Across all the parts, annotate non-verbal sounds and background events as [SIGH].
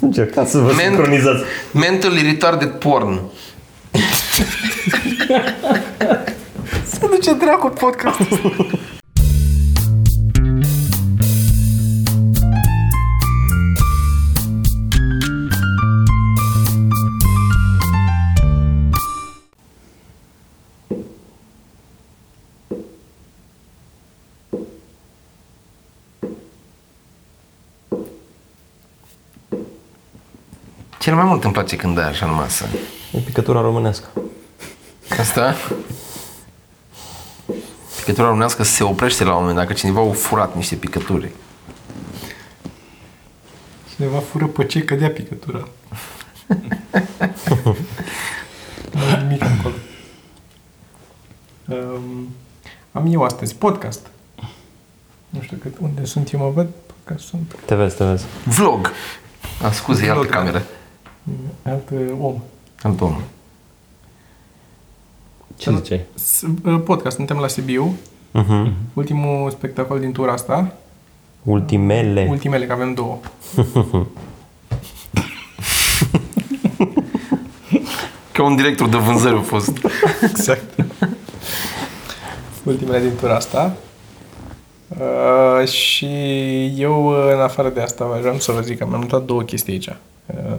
Încercați să vă Men- sincronizați. Mental retarded porn. Se duce dracu podcast. Cel mai mult îmi place când dai așa în masă. E picătura românească. Asta? Picătura românească se oprește la un moment dat, că cineva a furat niște picături. Cineva fură pe ce cădea picătura. [LAUGHS] nu e nimic acolo. Um, am eu astăzi podcast. Nu știu cât, unde sunt eu, mă văd că sunt Te vezi, te vezi. Vlog! A, scuze, Ah, e altă Vlog, da. cameră. alt uh, om. Alt om. Ce ziceai? S- uh, Podcast, suntem la Sibiu, Uh-huh. ultimul spectacol din tura asta, Ultimele. ultimele, că avem două. Ca un director de vânzări a fost. Exact. Ultimele din tura asta. Uh, și eu, uh, în afară de asta, vreau să vă zic că mi-am notat două chestii aici. Uh,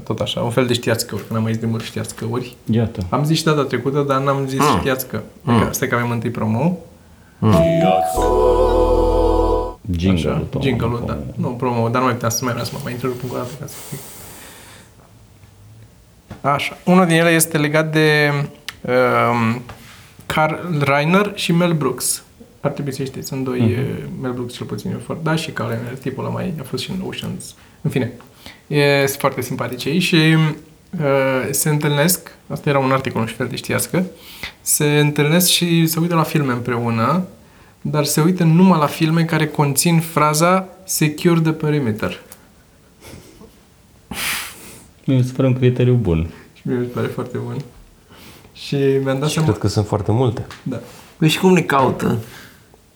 tot așa, un fel de știați căuri, când am mai zis de mult știați căuri. Iată. Am zis și data trecută, dar n-am zis mm. știați că. Mm. că. Asta e că avem întâi promo. Jingle-ul. tău. Jingle-ul, da. Nu, promo, dar nu mai puteam să mai vreau să mă mai întrerup încă o dată. Ca să... Așa. Unul din ele este legat de um, Carl Reiner și Mel Brooks. Ar trebui să știți, sunt doi, Mhm. mm-hmm. Mel Brooks cel puțin, e foarte, da, și Carl Reiner, tipul ăla mai, a fost și în Oceans. În fine, e, sunt foarte simpatici ei și uh, se întâlnesc, asta era un articol, nu știu fel de știască, se întâlnesc și se uită la filme împreună, dar se uită numai la filme care conțin fraza Secure the Perimeter. Mi se pare un criteriu bun. Și mie mi se pare foarte bun. Și mi-am dat Și seama... cred că sunt foarte multe. Da. Păi și cum ne caută?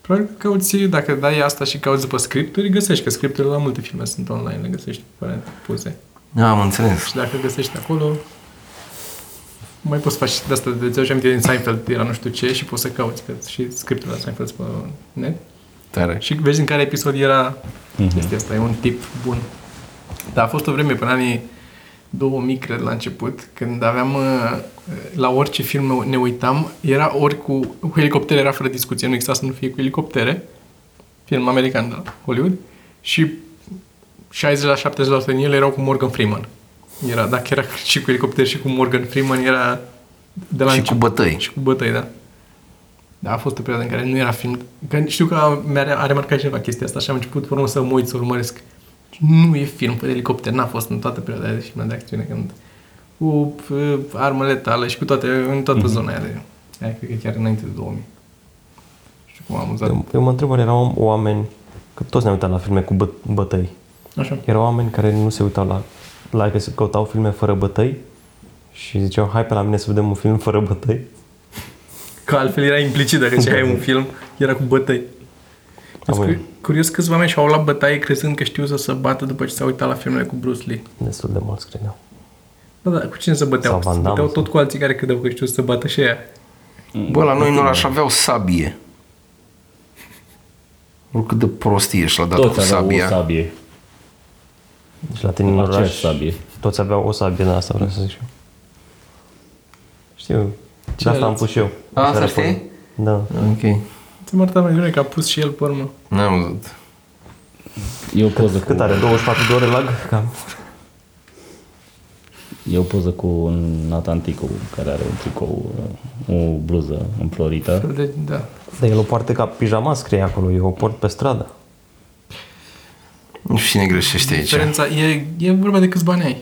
Probabil că cauți, dacă dai asta și cauți după scripturi, găsești, că scripturile la multe filme sunt online, le găsești aparent puse. Da, Am înțeles. Și dacă găsești acolo, mai poți să faci și de asta, de ți aminte din Seinfeld, era nu știu ce, și poți să cauți, că și scripturile la Seinfeld sunt pe net. Tare. Și vezi în care episod era Mhm. chestia asta, e un tip bun. Dar a fost o vreme până anii 2000, cred, la început, când aveam, uh, la orice film ne uitam, era ori cu, cu helicoptere, era fără discuție, nu exista să nu fie cu helicoptere, film american de la Hollywood, și 60 la 70% din ele erau cu Morgan Freeman. Era, dacă era și cu helicopter și cu Morgan Freeman, era de la Și cu început. bătăi. Și cu bătăi, da. Da, a fost o perioadă în care nu era film. Că știu că mi-a a remarcat cineva chestia asta și am început pe urmă să mă uit, să urmăresc. Nu e film pe helicopter, n-a fost în toată perioada aia de filme de acțiune, când cu p- armă letală și cu toate, în toată zona aia de... Aia cred că chiar înainte de 2000. Nu știu cum am Da. amuzat. Eu, eu mă întreb, oare erau oameni, că toți ne-am uitat la filme cu bă- bătăi. Așa. Erau oameni care nu se uitau la, la că se căutau filme fără bătăi și ziceau, hai pe la mine să vedem un film fără bătăi. Că altfel era implicit dacă ceai [LAUGHS] un film, era cu bătăi. Da, băi. Curi- Curios câțiva oameni și-au luat bătaie crezând că știu să se bată după ce s-au uitat la filmele cu Bruce Lee. Destul de mulți, cred eu. Da, da, cu cine se băteau? Sau Se Van Damme, băteau sau- tot cu alții care credeau că știu să se bată și aia. Bă, la noi în oraș aveau sabie. Oricât de prost ești la dat cu Toți aveau o sabia. sabie. Și Deci la tine în Aceeași oraș sabie. toți aveau o sabie, dar asta vreau să zic și eu. Știu, de asta am pus și eu. A, asta Așa știi? repede. Da. Ok. Ți-am arătat mai bine că a pus și el pe urmă. N-am văzut. E o poză cu, Cât are? 24 de ore lag? Cam. e o poză cu un Natanticu care are un tricou, uh, o bluză înflorită. Deci, da. Dar el o poartă ca pijama, scrie acolo. Eu o port pe stradă. Nu știu cine greșește aici. Diferența e, e vorba de câți bani ai.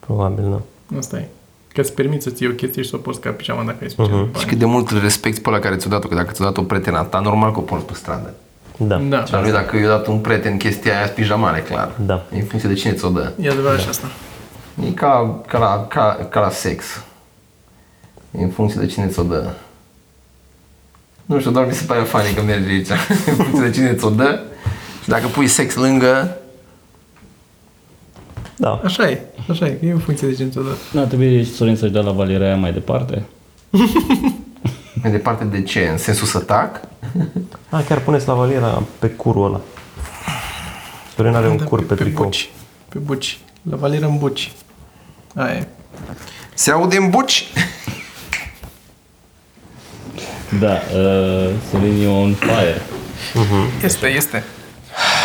Probabil, nu. Asta e. Că îți permiți să-ți iei o chestie și să o poți ca pijama dacă ai Mhm. suficient uh-huh. Și bani. cât de mult îl respecti pe ăla care ți-o dat-o, că dacă ți-o dat o prietena ta, normal că o porți pe stradă. Da. Da. Dar nu dacă i-a dat un prieten chestia aia, pijamare, clar. Da. E în funcție de cine ți-o dă. E adevărat și asta. E ca, ca, la, ca, ca la sex. E în funcție de cine ți-o dă. Nu știu, doar mi se pare funny că merge aici. [LAUGHS] în funcție de cine ți-o dă. Și dacă pui sex lângă, Da. Așa e, așa e, că e o funcție de genul ăsta. Da, trebuie și Sorin să-și dea la Valeria aia mai departe. Mai departe de ce? În sensul să tac? A, Ah, chiar puneți la valiera pe curul ăla. Sorin are un Da, cur pe, tricou. buci, pe buci, la Valera în buci. Aia e. Se aude în buci? Da, uh, Sorin e on fire. Este, este.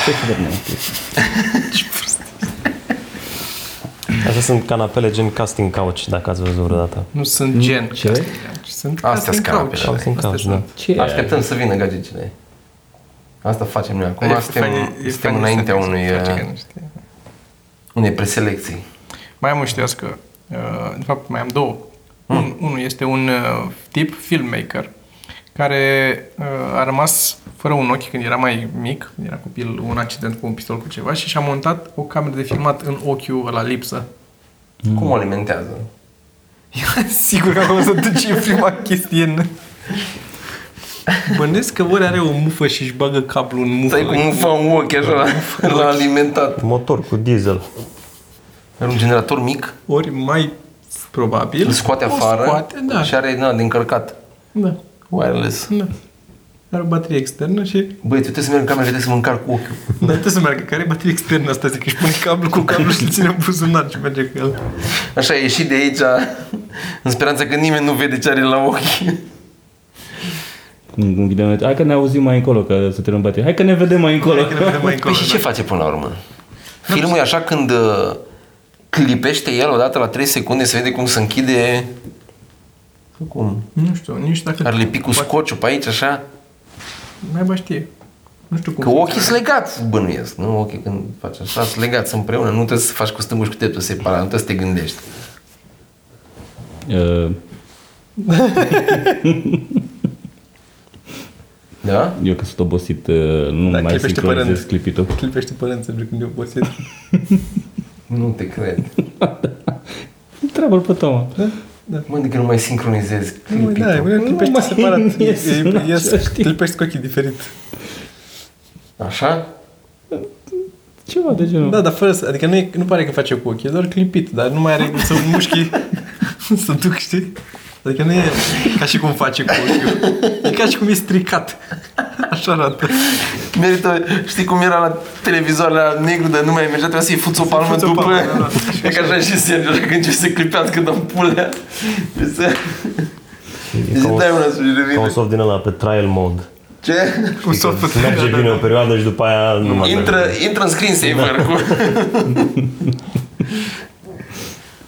Ce să vedem mai întâi? Astea sunt canapele gen casting couch, dacă ați văzut vreodată. Nu Mm, sunt gen. ce? casting couch, Sunt Astea casting sunt couch. canapele. Casting Astea couch, da. sunt. Ce e? Așteptăm să vină gagicile. Asta facem noi acum. E suntem, funny- e suntem funny înaintea să unui, face uh, că nu știe. unei preselecții. Mai am un știați că, uh, de fapt mai am două. Hmm. Un, unul este un uh, tip filmmaker care uh, a rămas fără un ochi când era mai mic, când era copil, un accident cu un pistol cu ceva și și-a montat o cameră de filmat în ochiul la [LAUGHS] lipsă. Mm. Cum o alimentează? Sigur că acolo se duce prima chestie în... Bănesc că ori are o mufă și își bagă cablul în mufă. Stai cu un fan în ochi așa, [LAUGHS] la- l-a alimentat. da. Motor cu diesel. Are un generator mic, Ori mai probabil... îl scoate o afară Scoate, da. și are din ăla de încărcat. da. Wireless. Da. Are o baterie externă și... Băi, tu trebuie să merg în cameră, trebuie să mă încarc cu ochiul. Da, trebuie să meargă. Care e baterie externă asta? Zic că își pune cablu cu cablu și îl ține în buzunar și merge cu el. Așa, a ieșit de aici [LAUGHS] în speranța că nimeni nu vede ce are la ochi. Cum cum vedem noi? Hai că ne auzim mai încolo, că se termină bateria. Hai că ne vedem mai încolo. Hai că ne vedem mai încolo. da. Păi și ce face până la urmă? Filmul e așa când uh, clipește el odată la 3 secunde se vede cum se închide Sau cum? Nu știu, nici dacă... Ar lipi cu scociu pe aici așa? Mai bă știe. Nu știu cum. Că ochii sunt legați, bănuiesc, nu? Ochii când faci așa, sunt legați împreună, nu trebuie să faci cu stângul și cu dreptul separat, nu trebuie să te gândești. [LAUGHS] Uh, Da? eu că sunt obosit, uh, nu Da, mai clipește pe sincronizez rând. clipitul. Clipește părinții pentru când e obosit. Nu te cred. Întreabă-l pe Toma. Mă, de că nu mai sincronizez Nu, da, clipitul. e, clipește mai separat. ies E- în e- același e- timp. Clipește cu ochii diferit. Așa? Ceva de genul. Da, dar fără să, adică nu, e, nu pare că face cu ochii, e doar clipit, dar nu mai are [LAUGHS] să mușchi să duc, știi? Adică nu e ca și cum face cu ochiul. E ca și cum e stricat. Așa arată. Merită, știi cum era la televizor la negru, dar nu mai mergea, trebuia să-i fuți o palmă fuți o după. palmă, da, da. E ca așa și Sergiu, așa, când începe să clipească, dăm pulea. Trebuie să... E Deci ca, un, dai una să ca un revine. soft din ăla pe trial mode. Ce? Cu softul. Merge bine o perioadă și după aia nu mai Intră, merge. intră în [LAUGHS] screensaver cu...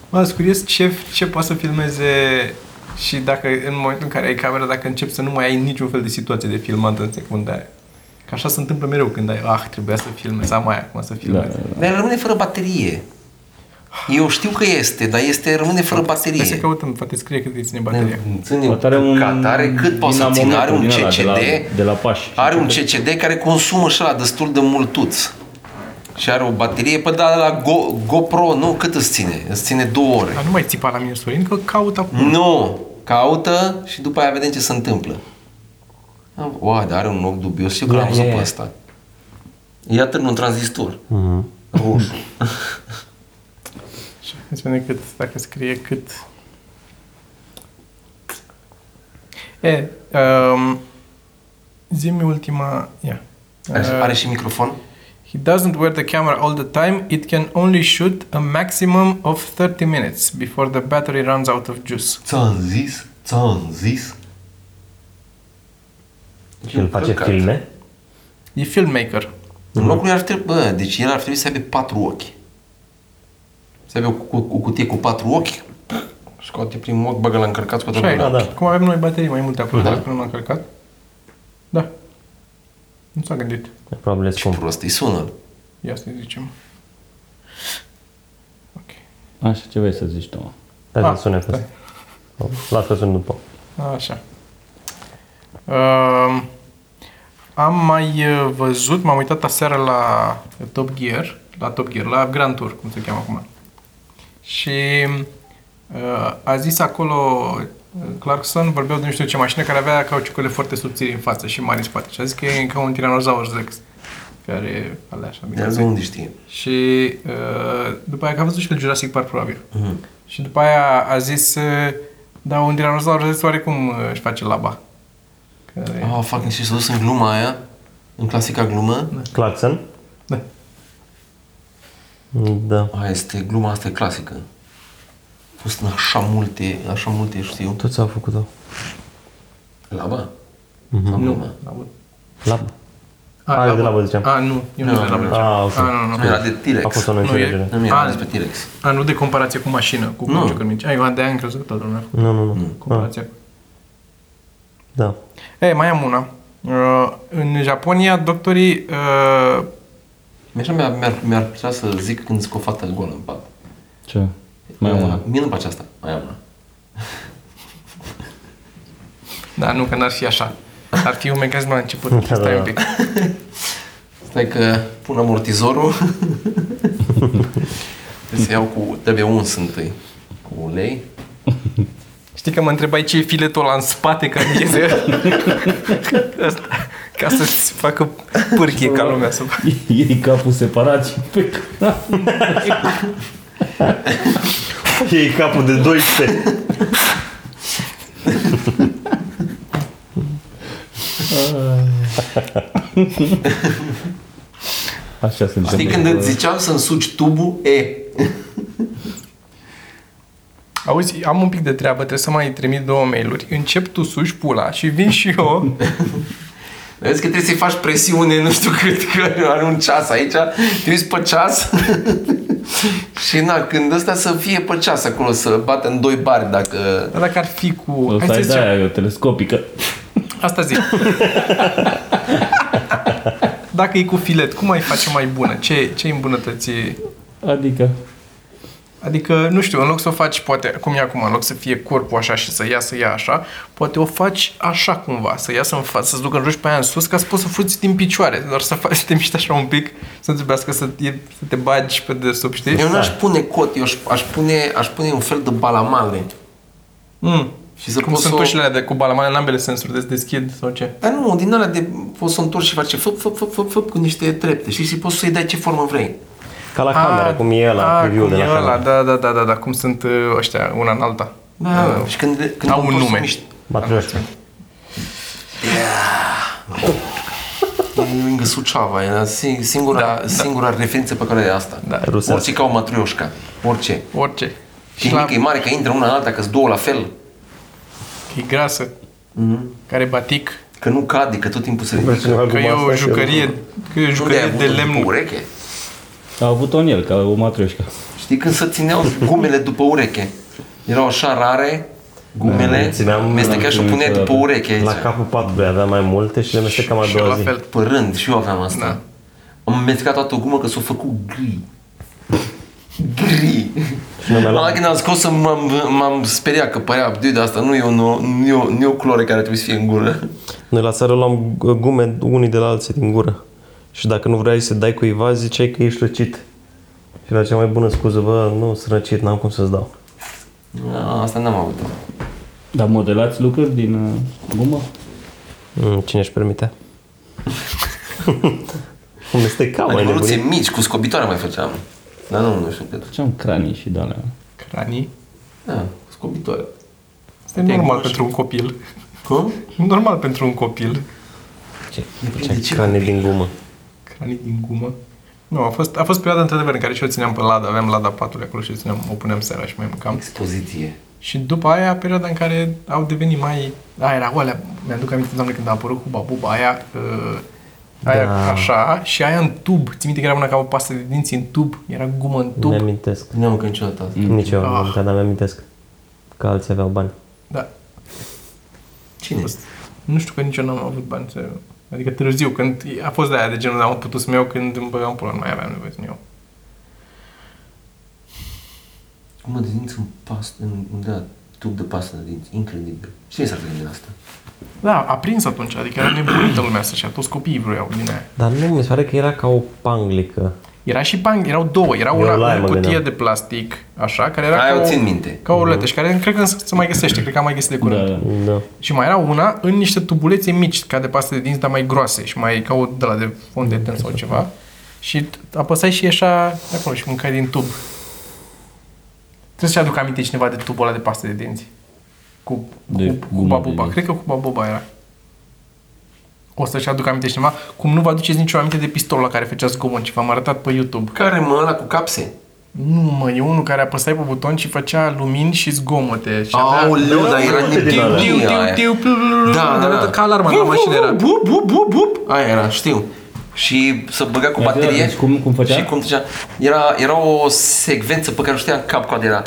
Mă sunt curios ce, ce poate să filmeze și dacă în momentul în care ai camera, dacă începi să nu mai ai niciun fel de situație de filmat în secunda aia. Că așa se întâmplă mereu când ai, ah, trebuia să filmez, am aia acum să Da, filmez. Da. Dar rămâne fără baterie. Eu știu că este, dar este rămâne fără Hai să baterie. căutăm, poate scrie cât îi ține bateria. Ține Poate are un catare, cât poate să țină, dinamometru are un din ăla de la- CCD, de la pași. are un CCD care consumă și la destul de multuț. Și are o baterie, pe da, la Go, GoPro, nu, cât îți ține? Îți ține două ore. Dar nu mai țipa la mine, Sorin, că caut Da. acum. Nu, caută și după aia vedem ce se întâmplă. Am- Oa, dar are un ochi dubios, știu că Ia, l-am ia, văzut pe ia. ăsta. Iată un tranzistor. Roșu. Hai să vedem cât, dacă scrie cât. E, um, zi-mi ultima, ia. Are, Uh, are și microfon? He doesn't wear the camera all the time. It can only shoot a maximum of 30 minutes before the battery runs out of juice. Ți-am zis, ți-am zis. Și el face Căcat. filme. E filmmaker. În locul lui ar trebui, bă, deci el ar trebui să aibă patru ochi. Să aibă o, o, o cutie cu patru ochi, scoate primul ochi, bagă la încărcat, scoate Așa e, la da, da. Cum avem noi baterii mai multe acolo, da. până l-am călcat. Da. Nu s-a gândit. Probabil e Ce scump. prost îi sună. Ia să zicem. Ok. Așa, ce vrei să zici, Toma? Hai Ah, să sune stai. pe Las că sun după. Așa. Um, am mai uh, văzut, m-am uitat aseară la Top Gear, la Top Gear, la Grand Tour, cum se cheamă acum. Și uh, a zis acolo uh, Clarkson, vorbeau de nu știu ce mașină care avea cauciucurile foarte subțiri în față și mari în spate. Și a zis că e ca un tiranozaur Rex. care alea așa. De azi unde știe? Și uh, după aia că a văzut și el Jurassic Park, probabil. Mm. Și după aia a zis, uh, da, un dinozaur oarecum uh, își face laba. Care... Ah. Oh, fucking, și s-a dus în gluma aia, în clasica glumă. Claxon? Da. Da. Aia este, gluma asta e clasică. A fost în așa multe, în așa multe, știu. Toți au făcut-o. Laba? Mm-hmm. Nu. Labă. La... A, Aia Ah, de labă ziceam. A, nu, eu nu Nu, de labă. nu. ziceam. A, Ah, ok. A, nu, nu, nu. Era de T-Rex. A fost o Ah, Nu neînțelegere. Nu, era A. despre T-Rex. A, nu de comparație cu mașină, cu Nu. nu. căminci. Ai, eu de aia am crezut că toată lumea a făcut Nu, nu, nu. A, comparația. da. Ei, mai am una. Uh, în Japonia, doctorii uh, Mi-așa mi-ar, mi-ar, mi-ar plăcea să zic când zic o fată goală în pat. Ce? Mai am Uh, una. [LAUGHS] Mie nu-mi place asta. Mai am una. Da, nu, că n-ar fi așa. Ar fi un mecanism la început. [LAUGHS] Da, Stai da, un pic. Stai că pun amortizorul. Trebuie să iau cu... Trebuie uns întâi. Cu ulei. Știi că mă întrebai ce e filetul ăla în spate ca iese [LAUGHS] Asta, ca să-ți facă pârghie ca lumea să Iei capul separat și pe E capul de 12. Așa se întâmplă. Știi când îți ziceam să-mi sugi tubul? E. Auzi, am un pic de treabă, trebuie să mai trimit două mail-uri. Încep tu suși pula și vin și [LAUGHS] eu. Vezi că trebuie să-i faci presiune, nu știu cât, că are un ceas aici, trimis pe ceas. [LAUGHS] și na, când ăsta să fie pe ceas acolo, să bată în doi bari dacă... Dar dacă ar fi cu... O să ai Hai să de zicem, aia, e o telescopică. asta [LAUGHS] zic. Dacă e cu filet, cum ai face mai bună? Ce, ce îmbunătăți? Adică, Adică, nu știu, în loc să o faci, poate, cum e acum, în loc să fie corpul așa și să iasă ea așa, poate o faci așa cumva, să iasă în față, să-ți ducă în jos și pe aia în sus, ca să poți să fuți din picioare, doar să, faci, [LAUGHS] să te miști așa un pic, să nu trebuiască să te, să te bagi pe de sub, știi? Eu n-aș pune cot, eu aș, aș, pune, aș pune un fel de balamale. Mm. Și să Cum poți sunt să o- ușile alea de cu balamale în ambele sensuri, de deschid sau ce? Dar nu, din alea de poți să o întorci și face făp, făp, făp, făp, făp, cu niște trepte, știi? Și poți să-i dai ce formă vrei. Ca la cameră, cum e a, ăla, preview Ah, cum de la e ăla, cameră. da, da, da, da, da, cum sunt ă, ăștia, una în alta. Uh, Da, și când, când Au nu un poți să nume. miști- Matrioșca. Da, E lângă Suceava, e la sing- singura, da, singura referință pe care e asta. Da. Rusească. Orice ca o matrioșca, orice. Orice. Și la... e mare că intră una în alta, că două la fel. e grasă, Mhm. care e batic, Că nu cade, că tot timpul se ridică. că e o jucărie, că e Unde o ai jucărie avut de după lemn. ureche? a avut-o în el, ca o matrioșcă. Știi când se [LAUGHS] țineau gumele după ureche? Erau așa rare, Da, gumele, țineam- mesteca și o țineam puneai niciodată. după ureche aici. La capul patului avea mai multe și le mestecam a Și eu doua la zi. fel. Pe rând, și eu aveam asta. Da. Am mestecat toată o gumă că s-a făcut gri. Gri. Și nu mi-a luat- La când am scos m-am, m-am speriat că părea, de asta nu e, o, nu, e o, nu e o culoare care trebuie să fie în gură. Noi la țară luam gu- gume unii de la alții din gură. Și dacă nu vrei să dai cuiva, ziceai că ești răcit. Și era cea mai bună scuză, bă, nu sunt răcit, n-am cum să-ți dau. Da. A, asta n-am avut. Dar modelați lucruri din uh, gumă? Mm, Cine își [LAUGHS] permite? Cum este ca mai Animăluțe nebunit? Adică mici, cu scobitoare mai făceam. Dar nu, nu știu cât. Făceam cranii și de alea. Cranii. Da, cu scobitoare. Este normal pentru un copil. Cum? Normal pentru un copil. Ce? de Ce ce crane din gumă? Cranii din gumă. Nu, a fost, a fost perioada într-adevăr în care și eu țineam pe lada, aveam lada patului acolo și o țineam, o puneam seara și mai mâncam. Expoziție. Și după aia, perioada în care au devenit mai... A, era o alea, mi-aduc aminte, doamne, când a apărut cu babuba aia, uh, aia Da. așa, și aia în tub. Ți minte că era una ca o pastă de dinți în tub? Era gumă în tub. Mi-amintesc. Nu am încă niciodată asta. Nici eu nu Ah. am mâncat, dar mi-amintesc. Că alții aveau bani. Da. Cine? Nu știu că nici eu n-am avut bani să... Adică târziu, când a fost de aia de genul, am putut să-mi iau când îmi băgam pula, nu mai aveam nevoie să-mi iau. Mă, de dinți în pastă, în, în da, tub de pastă de dinți. Incredibil. Cine s-ar gândi la asta? Da, a prins atunci, adică era nebunită lumea să-și ia, toți copiii vreau din aia. Dar nu, mi se pare că era ca o panglică. Era și bang, erau două. Era Eu la una aia în mă cutie gândeam. de plastic, așa, care era Aia ca o țin minte. Ca o ruletă și care cred că se mai găsește, cred că am mai găsit de curând. Da. Da. Și mai era una în niște tubulețe mici, ca de paste de dinți, dar mai groase și mai ca o de la de fond de ten sau ceva. Și t- apăsai și ieșa de acolo și mâncai din tub. Trebuie să-și aduc aminte cineva de tubul ăla de paste de dinți. Cu, De cu, cu gumă de babuba. dinți. Cred că cu babuba era. O să-și aduc aminte cineva, cum nu vă aduceți nicio aminte de pistolul la care făcea zgomot și v-am arătat pe YouTube. Care mă, ăla cu capse? Nu, mă, e unul care apăsai pe buton și făcea lumini și zgomote. Și Aoleu, dar era din Tiu, nebunie tiu, aia. tiu, plu, plu, plu, Da, plu, da, arată da. ca alarma la mașină era. Bup, bup, bup, bup. Aia era, știu. Și să băga cu Ia zi, baterie. deci cum- cum făcea? Și cum făcea. Era, era o secvență pe care nu știam cap coadă era.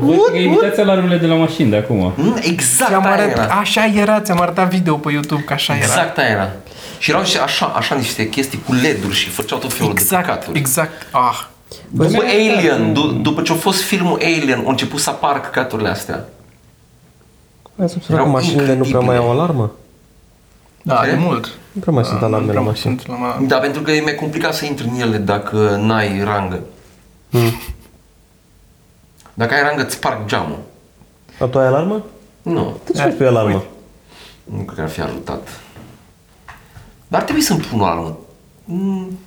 Voi că invitația alarmele de la mașini de acum. Mm, Exact Ți-am aia arătat, era. așa era, ți-am arătat video pe YouTube că așa era. Exact aia era. Și erau și așa, așa niște chestii cu LED-uri și făceau tot felul de Exact, căcaturi. exact. Ah, După Alien, du- după ce a fost filmul Alien, au început să apară căcaturile astea. Hai să observ că Erau mașinile nu prea mai incredibile. au alarmă. da, Ce? de mult. Ah, Ah, Nu prea mai sunt alarme la Nu mașini. prea mai sunt la ma- Da, pentru că e mai complicat să intri în ele dacă n-ai rangă. Mm. Dacă ai rangă, îți sparg geamul. A, tu ai alarmă? Nu, Tu ce faci pe alarmă? nu cred că ar fi ajutat. Dar ar trebui să-mi pun o alarmă. Mm.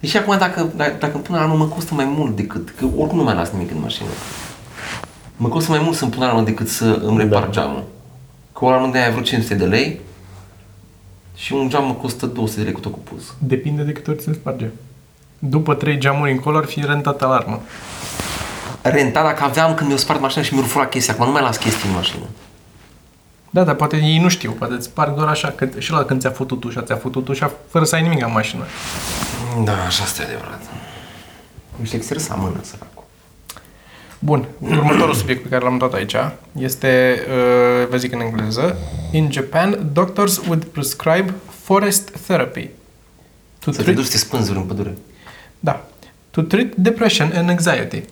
Deci acum dacă, dacă dacă îmi pun alarmă, mă costă mai mult decât, că oricum nu mai las nimic în mașină. Mă costă mai mult să-mi pun alarmă decât să îmi repar da. geamul. Că o alarmă de aia e vreo 500 de lei și un geam mă costă 200 de lei cu tot cu pus. Depinde de câte ori ți-l sparge. După trei geamuri încolo ar fi rentat alarmă. Renta dacă aveam când mi-o spart mașina și mi-o fura chestia, acum nu mai las chestii în mașină. Da, dar poate ei nu știu, poate îți sparg doar așa, că, și la când ți-a făcut ușa, ți-a făcut ușa fără să ai nimic în mașină. Da, așa este adevărat. Nu știu exersă la mână, săracul. Bun, următorul subiect pe care l-am dat aici este, uh, vă zic în engleză, In Japan, doctors would prescribe forest therapy. To Să te treat, duci să te spânzuri în pădure. da, to treat depression and anxiety.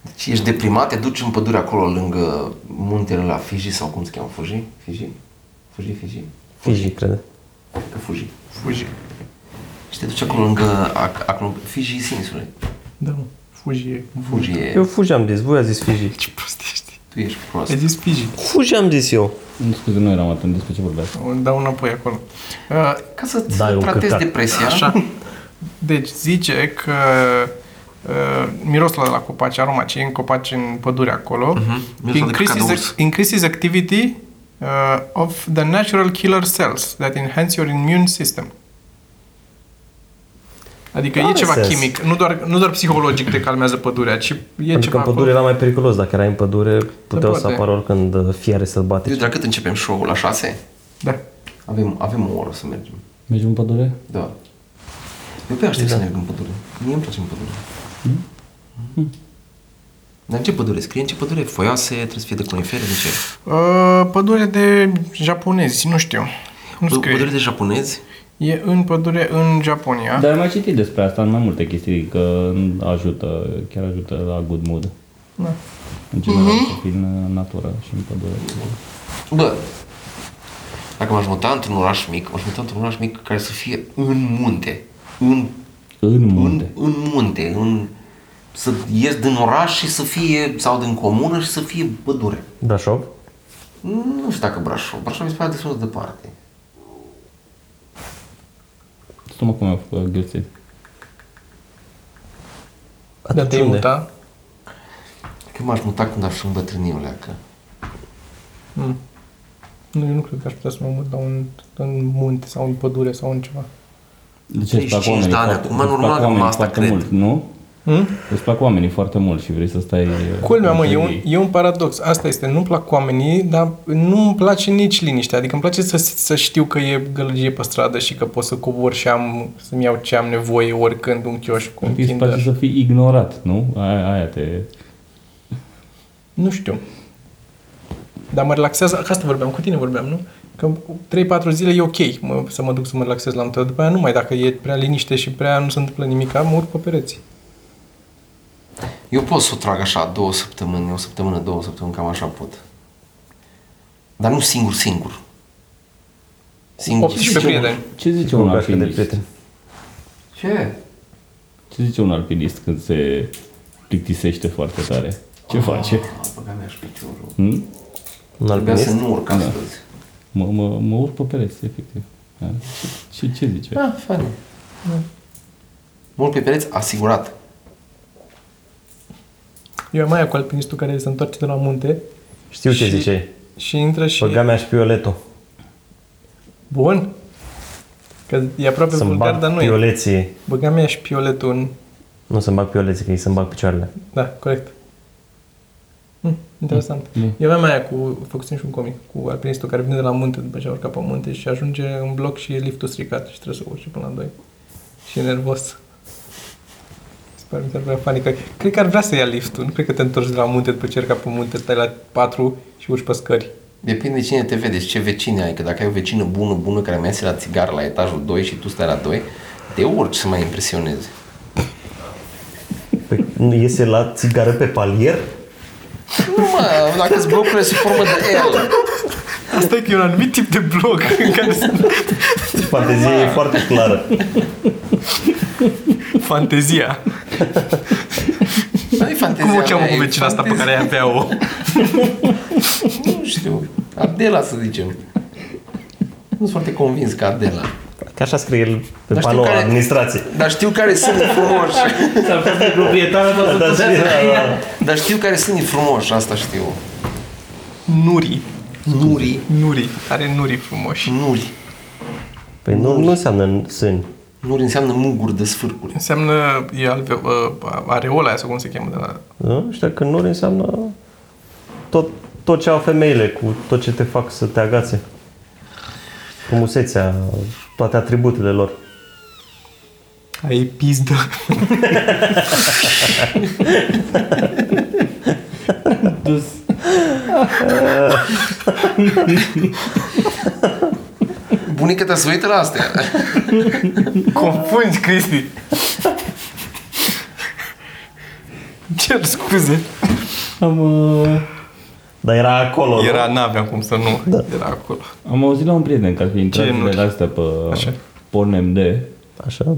Deci ești deprimat, te duci în pădure acolo lângă muntele la Fiji sau cum se cheamă, Fuji? Fiji? Fuji, Fiji? Fiji, cred. Cred că Fuji. Fuji. Și te duci acolo lângă, ac- acolo, Fiji sinsule. Da, mă, Fuji e... Fuji Eu e, Fuji am zis, voi a zis Fiji. Ce prostești. tu ești prost. Ai zis Fuji. Fuji am zis eu. Nu scuze, nu eram atent despre ce vorbeați. O Dau înapoi acolo. Uh, Ca să Da, e da, un tratezi căcat. depresia, Așa. Deci zice că uh, mirosul ăla la copaci, aroma ce e în copaci în pădure acolo, Mhm. Mirosul de increases, cacadours. increases activity uh, of the natural killer cells that enhance your immune system. Adică e Are ceva sens. chimic, nu doar, nu doar psihologic te calmează pădurea, ci e Pentru că ceva în pădure acolo. era mai periculos. Dacă erai în pădure, puteau să poate. apară oricând uh, fiare eu sălbatice. de la cât începem show-ul? La șase? Da. Avem, avem o oră să mergem. Mergem în pădure? Da. Eu pe aștept să merg în pădure. Mie îmi place în pădure. Hmm. Dar în ce pădure? Scrie în ce pădure? Foioase, trebuie să fie de conifere, de ce? Uh, pădure de japonezi, nu știu. Nu Pă- Pădure scrie. de japonezi? E în pădure în Japonia. Da. Dar am mai citit despre asta în mai multe chestii, că ajută, chiar ajută la good mood. Da. În general, să fii în uh, natură și în pădure. Bă, dacă m-aș muta într-un oraș mic, m-aș muta într-un oraș mic care să fie în munte. În, În în, munte. în munte. În, să ies din oraș și să fie, sau din comună și să fie pădure. Brașov? Nu știu dacă Brașov. Brașov mi se pare destul de departe. Stomacul meu a făcut gâlțit. Dar Atunci te-ai unde? muta? Cred că m-aș muta când aș îmbătrâni o leacă. Mm. Nu, eu nu cred că aș putea să mă mut la un, în munte sau în pădure sau în ceva. De ce îți plac 35 oamenii de ani foarte, Păi acum, îți plac normal că oamenii asta foarte cred. mult, nu? Mm? Îți plac oamenii foarte mult și vrei să stai... Culmea, mă, e eu. un, e un paradox. Asta este, nu-mi plac oamenii, dar nu îmi place nici liniștea. Adică îmi place să, să știu că e gălăgie pe stradă și că pot să cobor și am, să-mi iau ce am nevoie oricând, un chioș cu un Îți place kinder. să fii ignorat, nu? Aia, aia te... Nu știu. Dar mă relaxează, că asta vorbeam, cu tine vorbeam, nu? Că 3-4 zile e ok mă, să mă duc să mă relaxez la munte. După aia numai dacă e prea liniște și prea nu se întâmplă nimic, mă urc pe pereți. Eu pot să o trag așa două săptămâni, o săptămână, două săptămâni, cam așa pot. Dar nu singur, singur. Singur. 18 prieteni. Ce zice Cu un gașcă de alpinist? prieten. Ce? Ce zice un alpinist când se plictisește foarte tare? Ah. Ce face? A, Ah, băga mea și piciorul. Hm? Un Trebuia să alpinist? nu urc astăzi. Mă, mă, mă urc pe pereți, efectiv. Da? Ce, ce, ce zice? Da, Ah, fain. Mult pe pereți, asigurat. Eu mai cu alpinistul care se întoarce de la munte Știu ce Și- ziceai. și intră și... Băga mea și pioletul. Bun. Că e aproape Să-mi vulgar, dar bag nu e. pioleții. Băga mea și pioletul în... Nu să-mi bag pioleții, că e să-mi bag picioarele. Da, corect. Hm, interesant. Mm. Eu aveam aia cu, făcusem și un comic, cu alpinistul care vine de la munte după ce a urcat pe munte și ajunge în bloc și e liftul stricat și trebuie să urce până la 2. Și e nervos. Sper mi s-ar părea funny că Cred că ar vrea să ia liftul, nu cred că te întorci de la munte după ce urca pe munte, stai la 4 și urci pe scări. Depinde cine te vede și ce vecine ai, că dacă ai o vecină bună, bună, care mai iese la țigară la etajul 2 și tu stai la 2, te urci să mai impresionezi. Păi, nu iese la țigară pe palier? Nu mă, dacă ți blocurile se formă de L. Asta e că e un anumit tip de bloc [LAUGHS] în care sunt Fantezia e foarte clară. fantezia. Nu e fantezia Cum o cheamă mea, cu e vecina asta pe fantezia- care ai avea-o? Nu știu, Adela să zicem. Nu sunt foarte convins că Adela. Că așa scrie el pe Dar știu panou care- administrație. Dar știu care [LAUGHS] sunt frumoși. S-ar putea să proprietarul Da, da, știi, da, da. Dar știu care sunt frumoși, asta știu. Nuri. Nuri. Nuri. Are nuri frumoși. Nuri. Păi nu, nu înseamnă sâni. Nuri înseamnă muguri de sfârcuri. Înseamnă, e alve, uh, areola aia sau cum se cheamă de la... Nu? Știa că nu înseamnă tot, tot ce au femeile, cu tot ce te fac să te agațe. Frumusețea, toate atributele lor. Ai pizdă. dus. Bunica ta să uită la astea. [LAUGHS] Confunzi, Cristi. Cer scuze. Am, uh, Dar era acolo, nu? Era, n-aveam cum să nu. Da. Era acolo. am auzit la un prieten că ar fi intrat Ce de nuri? la astea pe Așa. PornMD. Așa, da.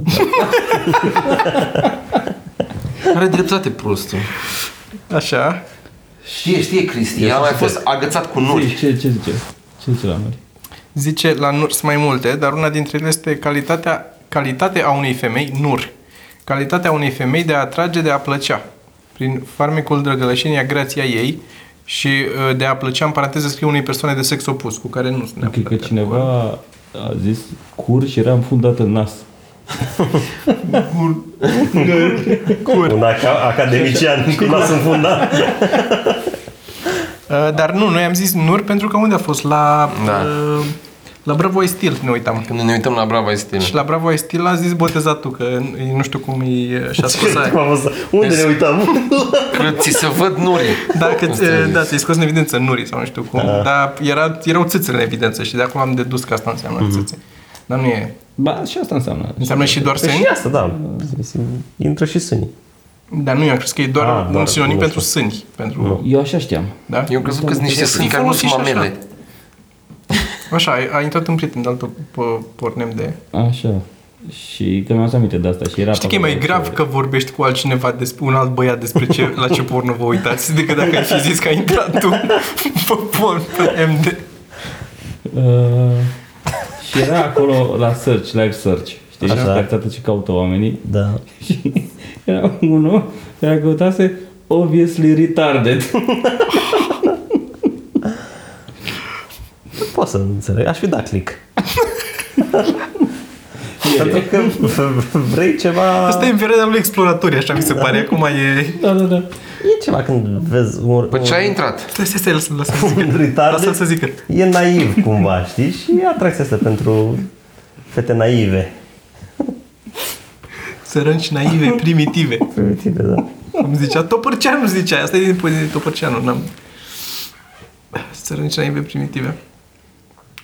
Are dreptate prostul. Așa. Știe, știe Cristi. El a mai fost agățat cu Ce, nuri. ce, ce zice? Ce zice la noi? Zice, la nur sunt mai multe, dar una dintre ele este calitatea, calitatea a unei femei, nur. Calitatea unei femei de a atrage, de a plăcea. Prin farmecul drăgălășenia, grația ei și uh, de a plăcea, în paranteză, scrie unei persoane de sex opus, cu care nu sunt Cred că neapărat de acord. cineva a zis cur și era înfundat în nas. un aca- academician cu nas înfundat. Uh, Dar nu, noi am zis nur pentru că unde a fost? La, Da. uh, la Bravo Steel ne uitam. Când ne uităm la Brava este Și la Bravo Steel a zis botezat tu, că n- nu știu cum e și-a spus aia. Cum a fost? Unde ne uitam? Cred, ți se văd nuri. Dacă Asta ți, e zis. da, ți-ai scos în evidență nuri sau nu știu cum, da. dar era, erau țâțele în evidență și de acolo am dedus că asta înseamnă mm-hmm. țâțe. Dar nu e. Ba, și asta înseamnă. Înseamnă și doar Păi sâni, și asta, da. Intră și sâni. dar nu e, am crezut că e doar Ah, un doar, sinonim nu pentru știu. sâni. Pentru, Eu așa știam. da? Eu am crezut că sunt niște sâni Sunt care nu sunt folosiți așa. mamele. Așa, a, a intrat un prieten de altul pe pornem de... Așa. Și că mi-am aminte de asta și era Știi pe că e mai acolo grav și- că vorbești cu altcineva despre un alt băiat despre ce, la ce porno vă uitați decât dacă ai fi zis că ai intrat tu pe porn pe MD. Uh, și era acolo la search, live search. Știi, Așa. și arată ce caută oamenii. [LAUGHS] Da. Și era unul care căutase obviously [LAUGHS] retarded. Nu pot să înțeleg. Aș fi dat click. Pentru că vrei ceva... Asta e în perioada lui exploratorii, așa mi se pare. Acum e... Da, da, da. E ceva când vezi un, Păi Pe Păi ce ai intrat? Stai, stai, stai, lasă-l lasă să un zică. Lasă-l retard, să zică. e naiv cumva, știi? Și e atracția asta pentru fete naive. Sărănci naive, primitive. Primitive, da. Cum zicea Topărceanu, zicea. Asta e din poezie de Topărceanu, n-am... Sărănci naive, primitive.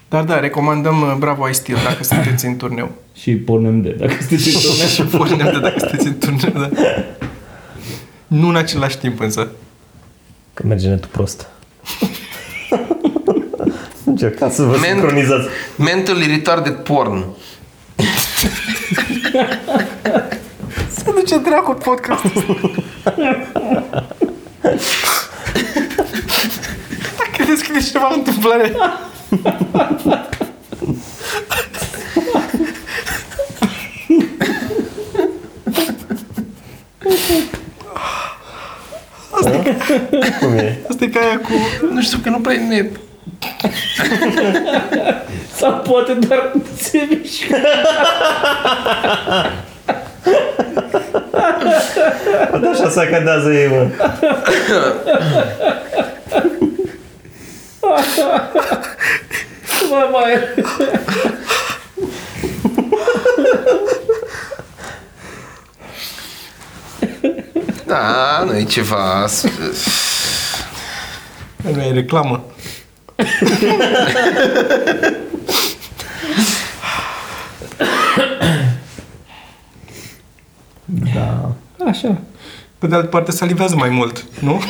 Dar da, recomandăm uh, Bravo Ice Steel dacă sunteți în turneu. Și pornem de, dacă sunteți [LAUGHS] în și pornim de dacă sunteți în turneu, da. Nu în același timp însă. Că merge netul prost. [LAUGHS] Încercați să vă Men- sincronizați. Mentally retarded porn. Se duce dracu podcastul ăsta. Dacă Da, credeți că e ceva întâmplare. Cum e? Asta e ca aia cu... Nu știu că nu prea e net. Sau poate doar se mișcă. Bă, de așa sacadează ei, mă. Mă, mai... Da, nu e ceva... Nu e reclamă. Da. Așa. Pe de altă parte salivează mai mult, nu?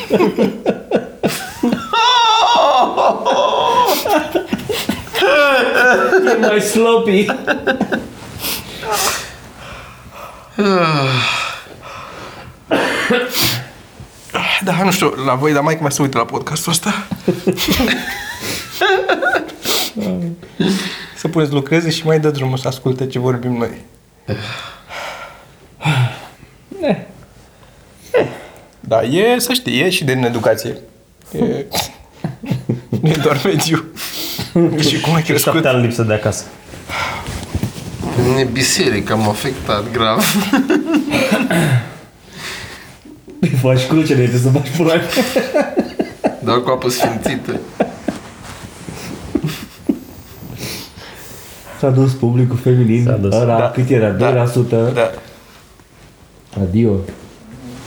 E mai sloppy. Da, nu știu, la voi, dar mai mai se uită la podcastul ăsta. [LAUGHS] să puneți lucreze și mai dă drumul să asculte ce vorbim noi. Ne. Da, e, să știi, e și din educație. E, nu e doar mediu. și cum ai Și șapte crescut? ani lipsă de acasă. E biserica m-a afectat grav. Faci crucele, trebuie să faci pula. Doar cu apă sfințită. S-a dus publicul feminin, S-a dus. ăla, Da. cât era, Da. 2%. Da. Adio.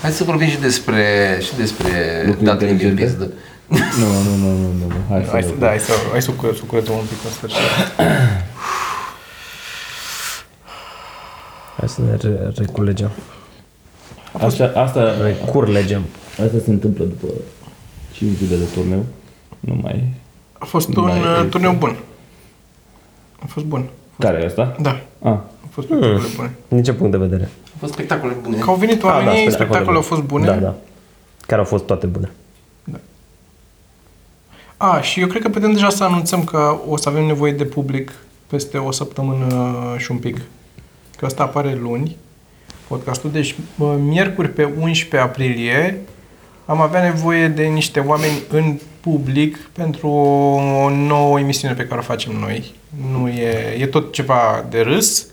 Hai să vorbim și despre, și despre Lucruri datele din inteligente? pizdă. Nu, nu, nu, nu, nu, nu. Hai să Hai să, ne- da, hai să, hai să curăț, curățăm un pic în sfârșit. Hai să ne re- reculegem. Asta, asta, Recurlegem. asta se întâmplă după 5 zile de turneu. Nu mai... A fost un Mai- uh, turneu bun. A fost bun. Care e asta? Da, Ah. a fost un turneu bun. Din ce punct de vedere? Au fost spectacole bune. Că au venit oamenii, da, spectacole spectacolele au fost bune. Ah, Da, da. Care au fost toate bune. A, și eu cred că putem deja să anunțăm că o să avem nevoie de public peste o săptămână și un pic. Că ăsta apare luni, podcastul. Deci, bă, miercuri pe 11 aprilie am avea nevoie de niște oameni în public pentru o nouă emisiune pe care o facem noi. Nu e, e tot ceva de râs.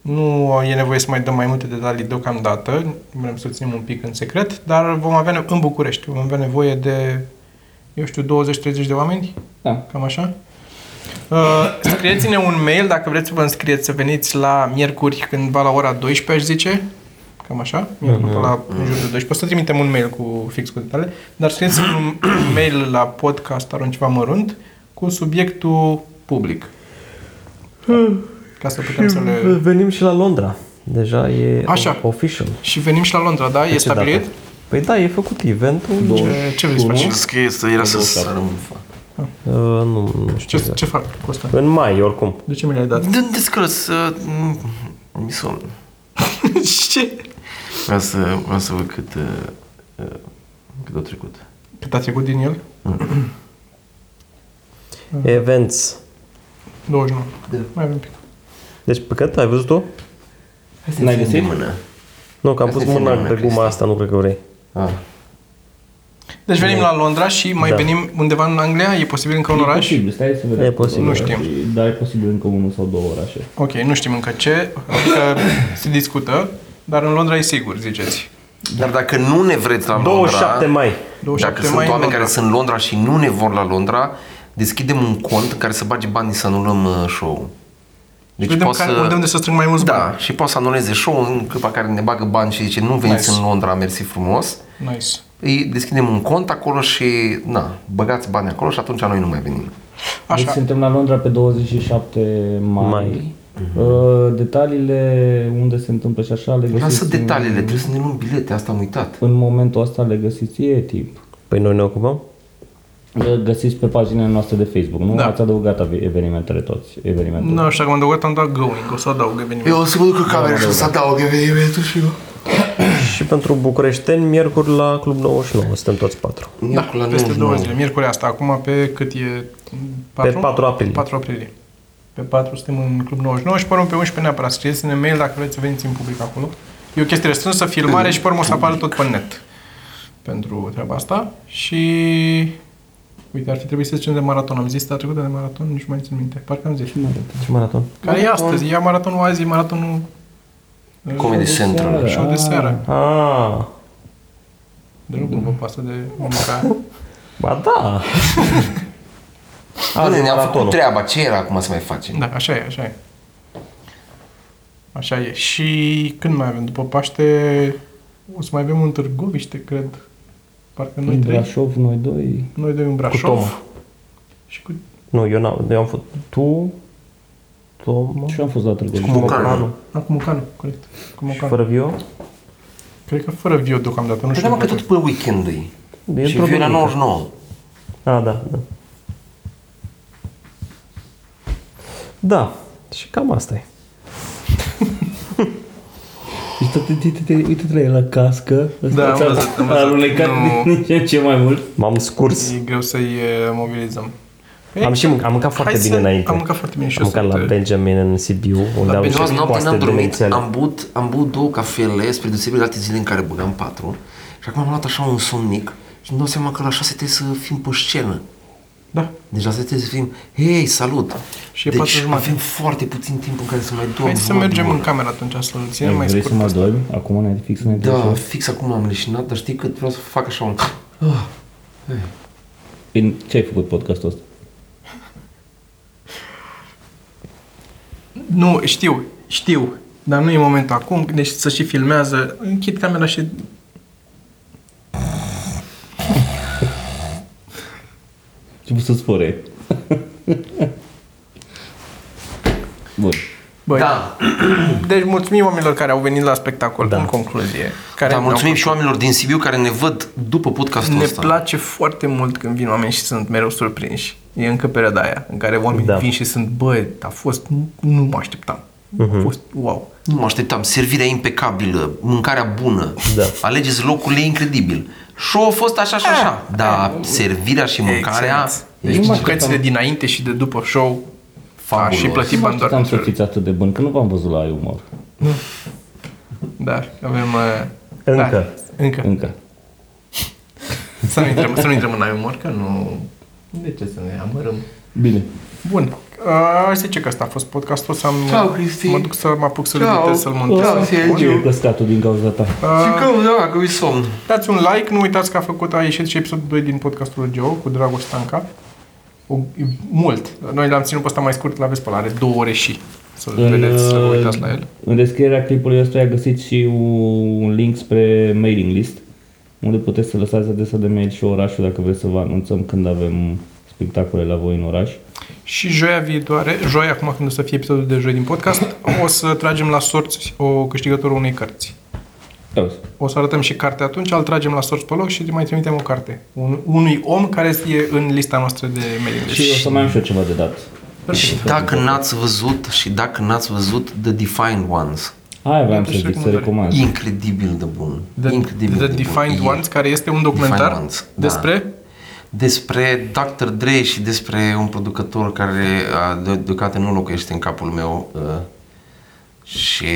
Nu e nevoie să mai dăm mai multe detalii deocamdată, vrem să o ținem un pic în secret, dar vom avea ne- în București, vom avea nevoie de, eu știu, 20-30 de oameni, Da. cam așa. Uh, scrieți-ne un mail dacă vreți să vă înscrieți să veniți la miercuri cândva la ora 12, aș zice, cam așa, miercuri pe la în jur de 12. O să trimitem un mail cu fix cu detalii, dar scrieți un [CLEARS THROAT] mail la podcast arunceva mărunt cu subiectul public. Ca să putem să le... Venim și la Londra. Deja e Așa. official. Și venim și la Londra, da? E Ce dată? stabilit? Păi da, e făcut eventul. Două. Ce, ce vrei să faci? Scrie să era să sară în fac. Uh, nu, nu știu. Ce, exact. ce fac cu asta? În mai, oricum. De ce mi le-ai [LAUGHS] dat? Dă-mi descărc să... mm, Mi somn. ce? Vreau să, vreau să văd cât, uh, uh, cât a trecut. Cât a trecut din el? Events. 29. Da. Mai avem un pic. Deci pe cât ai văzut tu? Hai N-ai țin de găsit? mână. Nu, că am Asta pus e mâna fenomenul, pe guma Cristi. asta, nu cred că vrei. Ah. Deci venim la Londra și mai Da. venim undeva în Anglia? E posibil încă un E oraș? posibil, stai să vedem. E posibil. Nu știm. Dar e posibil încă unul sau două orașe. Ok, nu știm încă ce, [COUGHS] adică se discută, dar în Londra e sigur, ziceți. Dar dacă nu ne vreți la Londra... 27 mai. Dacă 27 sunt mai oameni în Londra. care sunt în Londra și nu ne vor la Londra, deschidem un cont în care să bagi banii să anulăm uh, show-ul. Deci vedem poți care, unde, unde să strâng mai mulți Da, și poți să anuleze show-ul în clipa care ne bagă bani și zice nu veniți Nice. în Londra, mersi frumos. bani. Nice. Îi deschidem un cont acolo și, na, băgați bani acolo și atunci noi nu mai venim. Așa. Deci suntem la Londra pe 27 mai. Mai. Uh, Detaliile unde se întâmplă și așa le găsiți Lasă în- detaliile, trebuie să ne luăm bilete, asta am uitat. În momentul ăsta le găsiți, e timp. Păi noi ne ocupăm? Găsiți pe pagina noastră de Facebook, nu? Da. Ați adăugat ave- evenimentele toți, evenimentele. Nu, așa că am adăugat, am dat going, o să adaug evenimentul. Eu o să mă duc în cameră Da, și o să adaug evenimentul și eu. Și pentru bucureșteni, miercuri la Club 99, suntem toți patru. Da, Miercuri la peste 99. două zile. Miercuri asta, acum pe cât e? 4? 4 aprilie. 4 aprilie. Pe 4 suntem în Club 99 și pe urmă pe 11 neapărat. Scrieți-ne mail dacă vreți să veniți în public acolo. E o chestie restrânsă, filmare și pe urmă o să apară tot pe net pentru treaba asta. Și uite, ar fi trebuit să zicem de maraton. Am zis data trecută de maraton, nici nu mai țin minte. Parcă am zis. Deci, Ce maraton? Care e astăzi? E maratonul azi, e maratonul Comedy Central. show de seară. Ah, De nu vă pasă de munca. ba da! Azi Bine, e ne-am făcut maratonul. treaba. Ce era acum să mai facem? Da, așa e, așa e. Așa e. Și când mai avem? După Paște o să mai avem un Târgoviște, cred. Parcă noi În trei. Brașov, noi doi. Noi doi în Brașov. Toma. Și cu... Nu, eu, n-am, eu am fost tu, Toma, Și eu am fost la Târgoviște. Mocanu Da, cu Mocanu, corect. și Cu Mocanu. fără Vio. Cred că fără viu deocamdată, nu Păi știu. da, mă, că dacă- tot pe weekend e. E Și într-o vii la duminică. 99. A, da, da. Da, și cam asta e. Uite-te, uite-te la el la cască. Da, am Ăsta ți-a- văzut, am a văzut. alunecat Nu. din ce în ce mai mult. M-am scurs. E greu să-i eh, mobilizăm. Ei, Am și mâncat, am mâncat foarte hai bine să- înainte. Am mâncat foarte bine și Am eu mâncat la sunt, eh, Benjamin în Sibiu, unde am Pe jos și noapte coaste n-am de dormit, nețele. am băut, am băut două cafele, spre deosebire de alte zile în care băgam patru. Și acum am luat așa un somnic și îmi dau seama că la șase trebuie să fim pe scenă. Da. Deci la șase trebuie să fim, hei, salut! Și e patru deci jumate. avem foarte puțin timp în care să mai dorm. Hai să mă, mergem mă. în cameră atunci, să-l ținem Ai mai vrei să scurt. mă dormi? Acum ne fix ne Da, fix acum am leșinat, dar știi cât vreau să fac așa un... Ah, hei. În ce ai făcut podcastul ăsta? Nu, știu, știu, dar nu e momentul acum, deci să și filmează. Închid camera și... Ce pot să spune? [LAUGHS] Bun. Băi, Da, Deci mulțumim oamenilor care au venit la spectacol, da. în concluzie. Care da, ne-au mulțumim plăcut. și oamenilor din Sibiu care ne văd după podcastul Ne ăsta. place foarte mult când vin oameni și sunt mereu surprinși. E încă perioada aia în care oamenii Da. da. vin și sunt, băi, a fost, nu- nu mă așteptam. A fost, wow. Nu mă așteptam. Servirea impecabilă, mâncarea bună. Da. Alegeți locul, e incredibil. Și a fost așa și așa. Dar servirea și mâncarea... Ah. Excelent. Deci bucățile dinainte și de după show, a Fabulos. și plătit Mă bani doar așteptam să pentru fiți atât de bun, că nu v-am văzut la umor. Da, avem... uh, Încă. Da, încă. Încă. Să nu intrăm, să nu intrăm în ai umor, că nu... De ce să ne amărăm? Bine. Bun. Uh, să zice că ăsta a fost podcastul, să am, Ciao, Cristi. mă duc să mă apuc să-l Ciao. editez, să-l Ciao, montez. Sergiu. Eu căscatul din cauza ta. Și ah. că, da, că mi somn. Dați un like, nu uitați că a făcut, a ieșit și episodul 2 din podcastul lui Joe cu Dragoș Stanca. O, e mult. Noi l-am ținut pe ăsta mai scurt, l-aveți pe ăla, are două ore și. Să-l vedeți, să vă uh, uitați la el. în descrierea clipului ăsta găsiți și un link spre mailing list, unde puteți să lăsați adresa de mail și orașul dacă vreți să vă anunțăm când avem spectacole la voi în oraș. Și joia viitoare, joi, acum când o să fie episodul de joi din podcast, o să tragem la sorți o câștigătoră unei cărți. Auzi. O să arătăm și cartea atunci, îl tragem la sorți pe loc și îi mai trimitem o carte. Un, unui om care e în lista noastră de mailing Și list. o să mai am și eu ceva de dat. Da. Și dacă n-ați văzut, și dacă n-ați văzut The Defined Ones, Hai, vreau să Deci zic, să recomandări. recomand. incredibil de bun. The, incredibil The de Defined bun. E Ones, care este un Defined documentar Ones, da. despre... Despre Dr. Dre și despre un producător care a, de, deocamdată nu locuiește în capul meu uh, și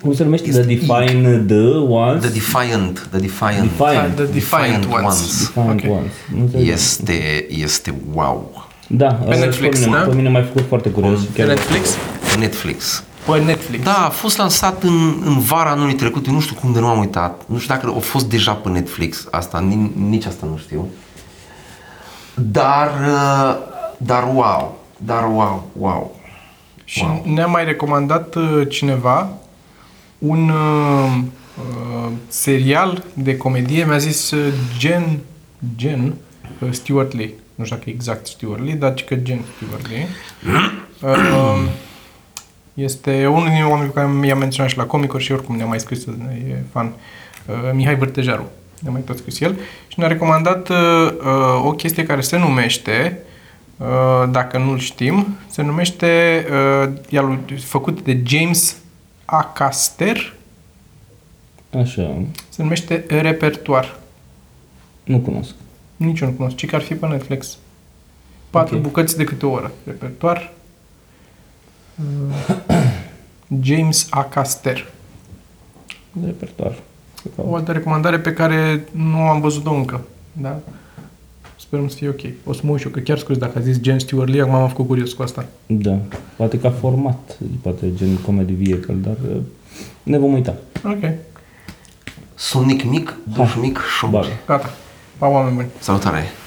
Cum se numește? The Define The Ones? The Defiant, The Defiant. Ah, Define. The Defiant Defiant Ones. Ones. Define Ok. Ones. Nu înțeleg. Este, este wow. Da, pe Netflix, pe mine, da? Pe mine m-a făcut foarte curios. Pe Chiar Netflix? Netflix. Pe Netflix. Da, a fost lansat în, în vara anului trecut, eu nu știu cum de nu am uitat. Nu știu dacă a fost deja pe Netflix asta, nin- nici asta nu știu. Dar, uh, dar wow, dar wow, wow. Și ne-a mai recomandat uh, cineva un uh, uh, serial de comedie, mi-a zis uh, Gen, Gen uh, Stuart Lee. Nu știu dacă e exact Stuart Lee, dar ci că Gen Stuart [CLEARS THROAT] Lee. Uh, este unul din oamenii pe care mi-a menționat și la comicuri și oricum ne-a mai scris, e fan. Uh, Mihai Vârtejaru. suntem mai toți scris el, și ne-a recomandat uh, uh, o chestie care se numește, uh, dacă nu-l știm, se numește, uh, ea lui- făcut de James Acaster, Așa, se numește Repertoar. nu cunosc. Nici eu nu cunosc, ci că ar fi pe Netflix. Patru Ok. okay. bucăți de câte o oră. Repertoar. Uh, [COUGHS] James Acaster. De repertoar. Să caut. O altă recomandare pe care nu am văzut-o încă. Da? Sperăm să fie ok. O să mă uit și eu, că chiar scuz dacă a zis James Stewart Lee, acum m-am făcut curios cu asta. Da, poate ca format, poate gen comedy vehicle, dar uh, ne vom uita. Ok, Somnic mic, duș mic, șoc. Bag. gata. Pa, oameni buni. Salutare!